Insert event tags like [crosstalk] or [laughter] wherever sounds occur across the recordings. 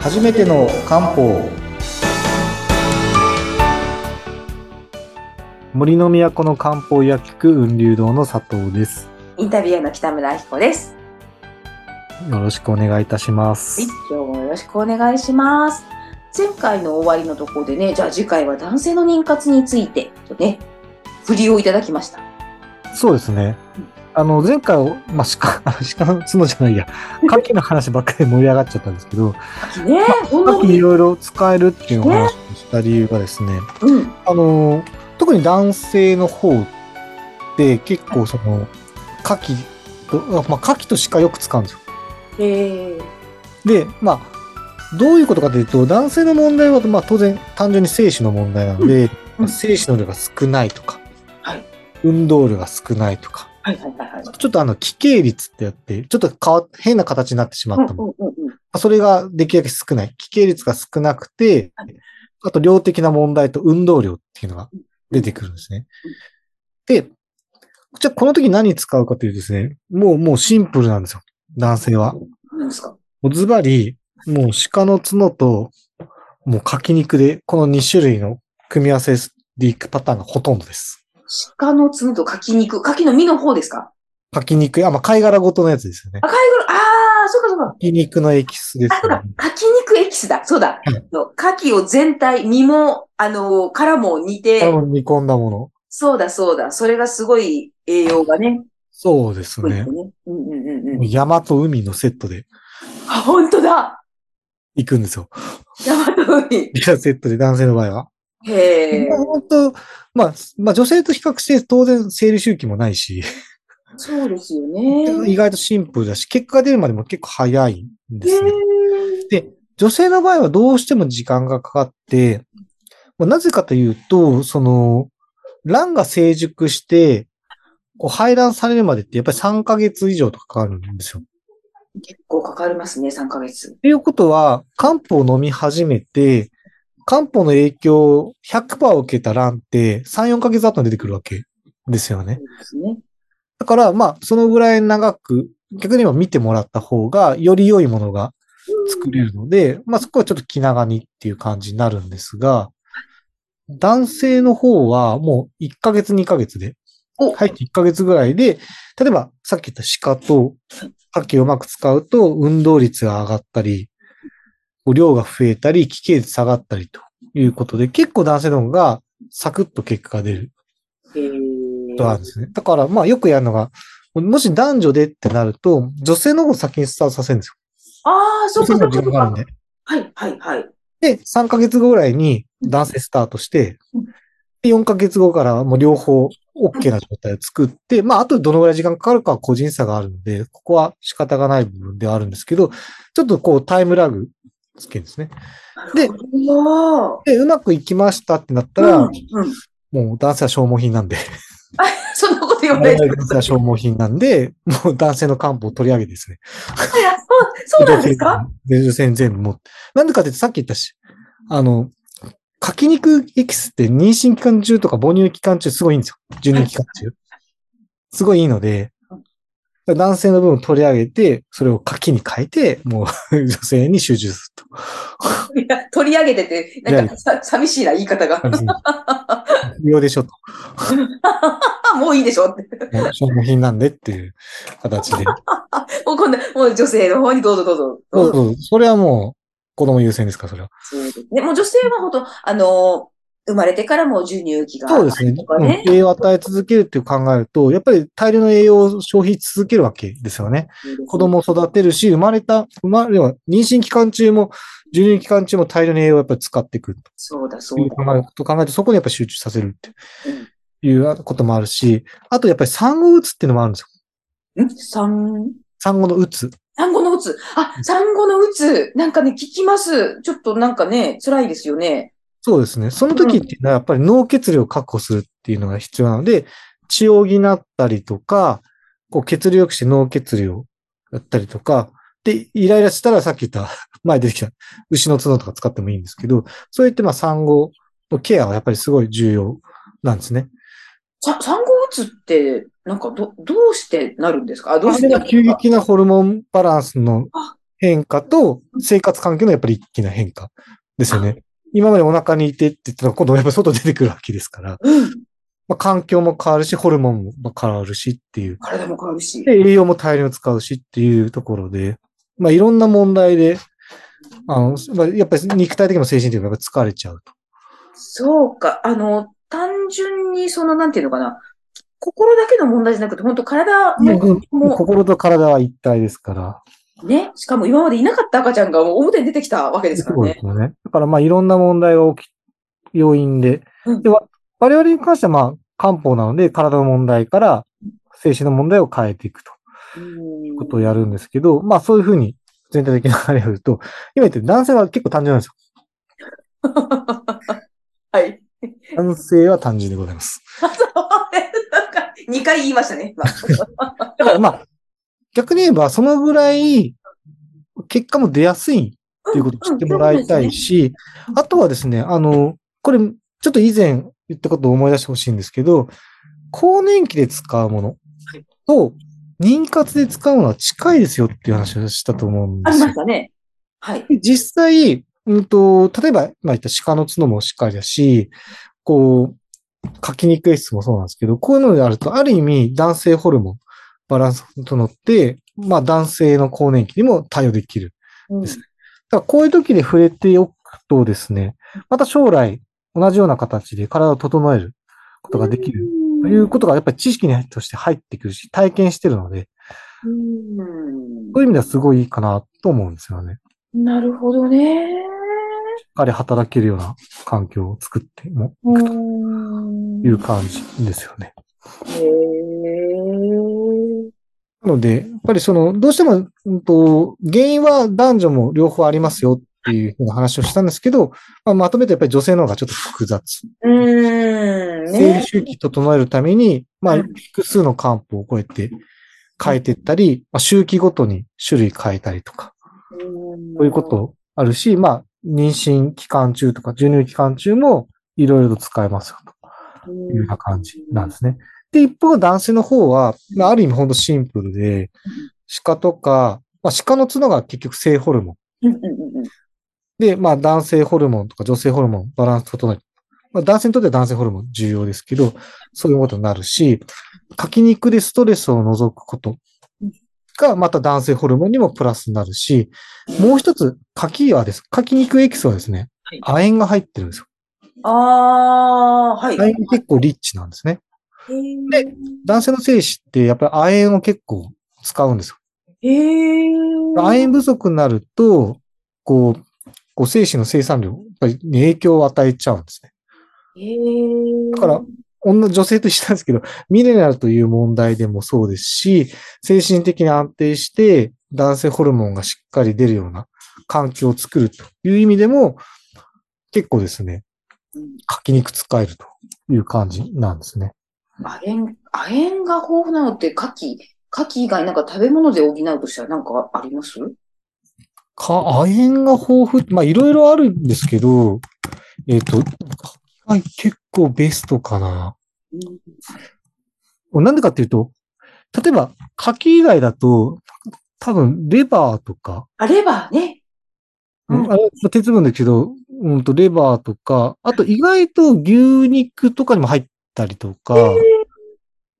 初めての漢方森の都の漢方薬局雲流堂の佐藤です。インタビュアーの北村彦です。よろしくお願いいたしますはい。、今日もよろしくお願いします。前回の終わりのところでね、じゃあ次回は男性の妊活について、ちょっとね、振りをいただきました。そうですね。あの、前回、まあ、鹿、 [laughs] 鹿の角じゃないや、牡蠣の話ばっかり盛り上がっちゃったんですけど、秋ね、本牡当蠣いに。ろいろ使えるっていうお話をした理由がですね、うん。あの、特に男性の方って結構その、牡蠣と、あまあ、牡蠣と鹿よく使うんですよ。えー、で、まあ、どういうことかというと、男性の問題は、まあ、当然、単純に精子の問題なので、うん精子の量が少ないとか、はい運動量が少ないとか、はいはいはいはい。ちょっとあの、奇形率ってやって、ちょっと変わっ変な形になってしまうんったうもの。んうんうん。それができるだけ少ない。奇形率が少なくてはい、あと量的な問題と運動量っていうのが出てくるんですね。で、じゃあこの時何使うかというとですね、もうもうシンプルなんですよ。男性は。何ですかもうズバリ、もう鹿の角と、もう柿肉で、この2種類の組み合わせでいくパターンがほとんどです。鹿の角と柿肉。柿の実の方ですか柿肉、あ、まあ、貝殻ごとのやつですよね。赤いぐる、あー、そうかそうか。柿肉のエキスですあ、そうねだ。。柿肉エキスだ。そうだ。うんあの柿を全体、身も、あの、からも煮て、多分煮込んだもの。そうだそうだ。それがすごい栄養がね、そうですそうねです。ね。うんうんうんもう。うん山と海のセットであ、本当だ行くんですよ。山と海。リアセットで男性の場合は。へえ。まあ本当まあ、まあ女性と比較して当然生理周期もないし、そうですよね。意外とシンプルだし、結果が出るまでも結構早いんでへすね。え。女性の場合はどうしても時間がかかって、まあなぜかというと、その、卵が成熟して、こう排卵されるまでってやっぱり3ヶ月以上とかかかるんですよ。結構かかりますね、3ヶ月。ということは、漢方を飲み始めて、漢方の影響を100%受けた卵って3、4ヶ月後に出てくるわけですよねそう。ですね。だから、まあ、そのぐらい長く、逆に今見てもらった方が、より良いものが作れるので、まあ、そこはちょっと気長にっていう感じになるんですが、男性の方はもう1ヶ月2ヶ月で、お入って1ヶ月ぐらいで、例えばさっき言った鹿と牡蠣をうまく使うと運動率が上がったり、量が増えたり、危険率下がったりということで、結構男性の方がサクッと結果が出るへえ。ことなんですね。だから、まあよくやるのが、もし男女でってなると、女性の方を先にスタートさせるんですよ。ああ、そうか女性その方が時う間があるんか。で。はい、はい、はい。で、3ヶ月後ぐらいに男性スタートしてうん、で4ヶ月後からはもう両方 OK な状態を作って、まあ、あとどのぐらい時間かかるかは個人差があるので、ここは仕方がない部分ではあるんですけど、ちょっとこうタイムラグつけるんですね。でなるほどで、うまくいきましたってなったうら、ん、うん。もう男性は消耗品なんで、そんなこと言わ男ないで性は消耗品なんで、もう男性の漢方を取り上げてですね。いやそう、そうなんですか女性に全部持って。なんでかって言うとさっき言ったし、あの、柿肉エキスって妊娠期間中とか母乳期間中すごいいいんですよ。授乳期間中。すごいいいので、男性の分を取り上げて、それを柿に変えて、もう女性に集中すると。いや取り上げてて、なんかさ寂しいな、言い方が。 [laughs] 不要でしょと。もういいでしょって。もう消耗品なんでっていう形 [laughs] で。もう今度、もう女性の方にどうぞどうぞ。どうそぞうそう。それはもう子供優先ですか、それは。そうですね。もう女性は本当、あの、生まれてからもう授乳期が。そうですね。とかねうん栄養を与え続けるっていう考えると、やっぱり大量の栄養を消費し続けるわけですよね。子供を育てるし、生まれた、生まれは妊娠期間中も、授乳期間中も大量の栄養をやっぱり使っていくとそうだ、そいううだ。考えと考えて、そこにやっぱり集中させるってうんいうこともあるし、あとやっぱり産後うつっていうのもあるんですよ。ん産、産後のうつ。産後のうつ。あ、産後のうつ。なんかね、聞きます。ちょっとなんかね、辛いですよね。そうですね。その時っていうのはやっぱり脳血流を確保するっていうのが必要なので、血を補ったりとか、こう血流良くして脳血流をやったりとか、で、イライラしたらさっき言った、 [laughs] 前出てきた牛の角とか使ってもいいんですけど、そういってまあ産後のケアはやっぱりすごい重要なんですね。さ産後うつって、なんかど、どうしてなるんですかあ、どうして急激なホルモンバランスの変化と、生活環境のやっぱり一気な変化ですよね。今までお腹にいてって言ったのが、今度やっぱ外出てくるわけですから、うん。まあ、環境も変わるし、ホルモンも変わるしっていう。体も変わるし。で、栄養も大量に使うしっていうところで、まあいろんな問題で、あの、まあ、やっぱり肉体的にも精神的にもやっぱり疲れちゃうと。そうか。あの、単純に、その、なんていうのかな。心だけの問題じゃなくて、本当体も、もう心と体は一体ですから。ね。しかも今までいなかった赤ちゃんがもう表に出てきたわけですかそらうでね。すよね。だからまあいろんな問題が起き、要因で。うんでわ我々に関してはまあ漢方なので体の問題から精神の問題を変えていくと。 [laughs] うんことをやるんですけど、まあそういうふうに全体的な流れを言うと、今言ってる男性は結構単純なんですよ。はい。 [laughs] 男性は単純でございます。なんか、2回言いましたね。今だからまあ、逆に言えばそのぐらい結果も出やすいっていうことを知ってもらいたいし、あとはですね、あの、これちょっと以前言ったことを思い出してほしいんですけど、更年期で使うものと妊活で使うものは近いですよっていう話をしたと思うんあですりよまし。たね。はい。で実際、うんと、例えば、まあ言った鹿の角も鹿だし、こう、書きにくい質もそうなんですけど、こういうのであると、ある意味男性ホルモン、バランスとのって、まあ男性の更年期にも対応できる。うんですだからこういう時に触れておくとですね、また将来同じような形で体を整えることができる。ということがやっぱり知識として入ってくるし、体験してるので、うんそういう意味ではすごいいいかなと思うんですよね。なるほどね。しっかり働けるような環境を作ってもいくとうんいう感じですよね。へーなので、やっぱりその、どうしても、うんと、原因は男女も両方ありますよっていうふうな話をしたんですけど、まあ、まとめてやっぱり女性の方がちょっと複雑。うーん。生理ね。周期整えるために、まあ、うん複数の漢方をこうやって変えていったり、まあ、周期ごとに種類変えたりとか、こそういうこ。とあるし、まあ、妊娠期間中とか、授乳期間中もいろいろと使えますよと。いうような感じなんですね。で、一方、男性の方は、まあ、ある意味ほんとシンプルで、鹿とか、まあ、鹿の角が結局性ホルモン。うんうんうんうんで、まあ、男性ホルモンとか女性ホルモン、バランス整える。まあ、男性にとっては男性ホルモン重要ですけど、そういうことになるし、書き肉でストレスを除くことが、また男性ホルモンにもプラスになるし、もう一つ、書きはです。書き肉エキスはですねはい、亜鉛が入ってるんですよ。ああー、は亜い。鉛結構リッチなんですね。へー男性の精子ってやっぱり亜鉛を結構使うんですよ。へー亜鉛不足になると、こう、こう精子の生産量やっぱりに影響を与えちゃうんですね。へーだから女、女性と一緒なんですけど、ミネラルという問題でもそうですし、精神的に安定して男性ホルモンがしっかり出るような環境を作るという意味でも、結構ですね、うん書き肉使えるという感じなんですね。亜鉛、亜鉛が豊富なのって、牡蠣、牡蠣以外なんか食べ物で補うとしたらなんかありますか、亜鉛が豊富、まあ、いろいろあるんですけど、えっ、と、はい、結構ベストかな。うんなんでかっていうと、例えば、柿以外だと、多分、レバーとか、あればね。うんあれ鉄分だけど、うんと、レバーとか、あと意外と牛肉とかにも入ったりとか、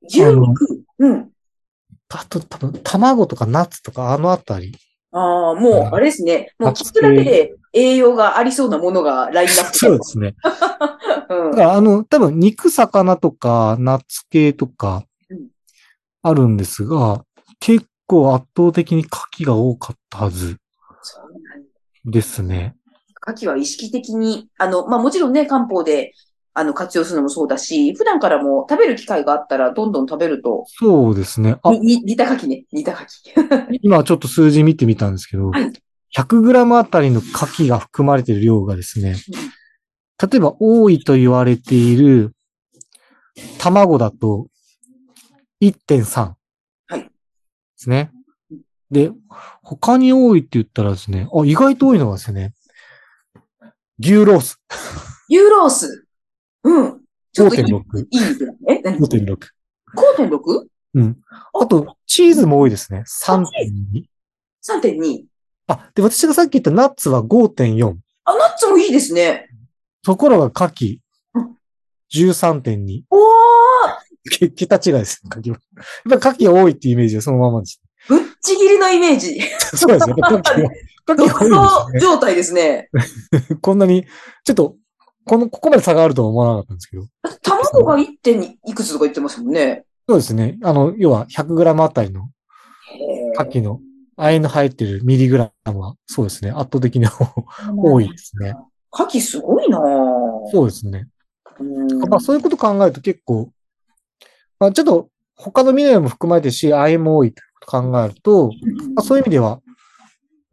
牛肉。うん。あと多分、卵とかナッツとか、あのあたり。ああ、もう、あれですね。もう聞くだけで栄養がありそうなものがラインナップ。そうですね。うんだからあの、多分、肉、魚とか、ナッツ系とかうん、あるんですが、結構圧倒的に牡蠣が多かったはずそうなんだですね。牡蠣は意識的に、あの、まあ、もちろんね、漢方で、あの、活用するのもそうだし、普段からも食べる機会があったら、どんどん食べると、そうですね。あに、に煮た牡蠣ね、煮た牡蠣。 [laughs] 今ちょっと数字見てみたんですけどはい、 100g あたりの牡蠣が含まれている量がですね、例えば多いと言われている卵だと1.3はいですね。で、他に多いって言ったらですね、あ、意外と多いのがですね、牛ロースユーロース。うん。ちょっといい、い5.6。い肉だね。何5.6。 5.6? うん。あと、チーズも多いですね。3.2。 3.2。あ、で、私がさっき言ったナッツは5.4。あ、ナッツもいいですね。ところが牡蠣うん、 13.2。おーけ桁違いです。牡蠣は。やっぱ牡蠣が多いっていうイメージはそのままです。ぶっちぎりのイメージ。 [laughs] そうですね。やっぱ牡蠣が、牡独蠣が多いんですね走。状態ですね。 [laughs] こんなに、ちょっと、この、ここまで差があるとは思わなかったんですけど。卵が 1. 点にいくつとか言ってますもんね。そうですね。あの、要は 100g あたりのへー牡蠣の、亜鉛の入ってるミリグラムは、そうですね。圧倒的に多い。ですね。牡蠣すごいなぁそうですね。うんまあ、そういうこと考えると結構、まあ、ちょっと他のミネラルも含まれてるし、亜鉛も多いと考えると、まあ、そういう意味では、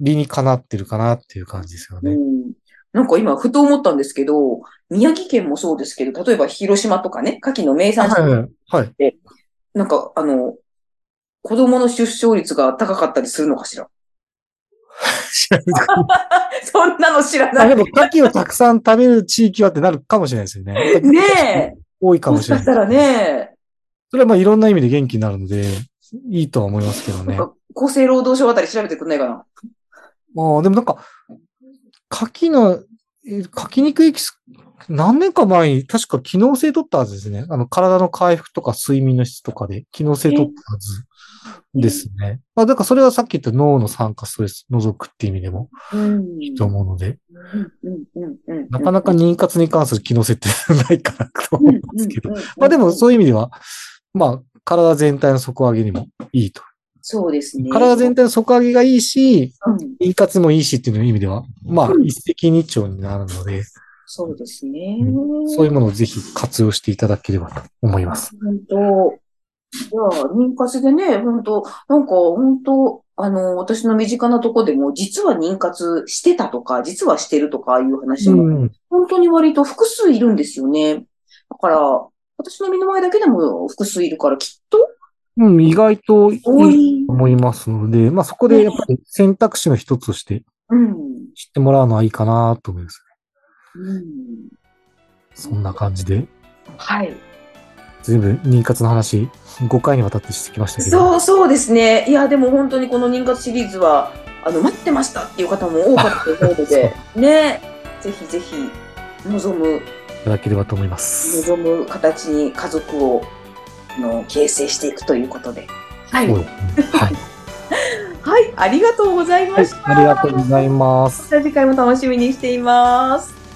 理にかなってるかなっていう感じですようね。んなんか今、ふと思ったんですけど、宮城県もそうですけど、例えば広島とかね、牡蠣の名産地、はい。はい。なんか、あの、子供の出生率が高かったりするのかしら。 [laughs] 知らないそんなの知らまなあい。でも、牡蠣をたくさん食べる地域はってなるかもしれないですよね。 [laughs] ねえ。多いかももししれないかし。たらね、それはまあいろんな意味で元気になるので、いいとは思いますけどなんね。か厚生労働省あたり調べてくんないかな。まあでもなんか、柿の、え柿肉エキス、何年か前に確か機能性取ったはずですね。あの、体の回復とか睡眠の質とかで機能性取ったはずですね。まあだからそれはさっき言った脳の酸化ストレス除くっていう意味でもうんいいと思うので、ななかなか妊活に関する機能性ってないかなと思うんですけど。まあでもそうういう意味では、まあ体全体の底上げにもいいと。そうですね。体全体の底上げがいいし、うん妊活もいいしっていう意味では、まあ、一石二鳥になるので、そうですね。そういうものをぜひ活用していただければと思います。本当。いや、妊活でね、本当なんか、本当あの、私の身近なとこでも、実は妊活してたとか、実はしてるとかいう話も、うん。本当に割と複数いるんですよね。だから、私の身の前だけでも複数いるから、きっとうん、意外といい多とい。思いますので、まあそこでやっぱり選択肢の一つとしてうん。知ってもらうのはいいかなと思います。うん。そんな感じで、はい。全部妊活の話、5回にわたってしてきましたけど、そうそうですね。いや、でも本当にこの妊活シリーズは、あの、待ってましたっていう方も多かったと [laughs] 思うので、ね、ぜひぜひ、望む、いただければと思います。望む形に家族を、あの、形成していくということで。はい。そうはですねはい。い、ありがとうございまはいした。ありがとうございます。また次回も楽しみにしています。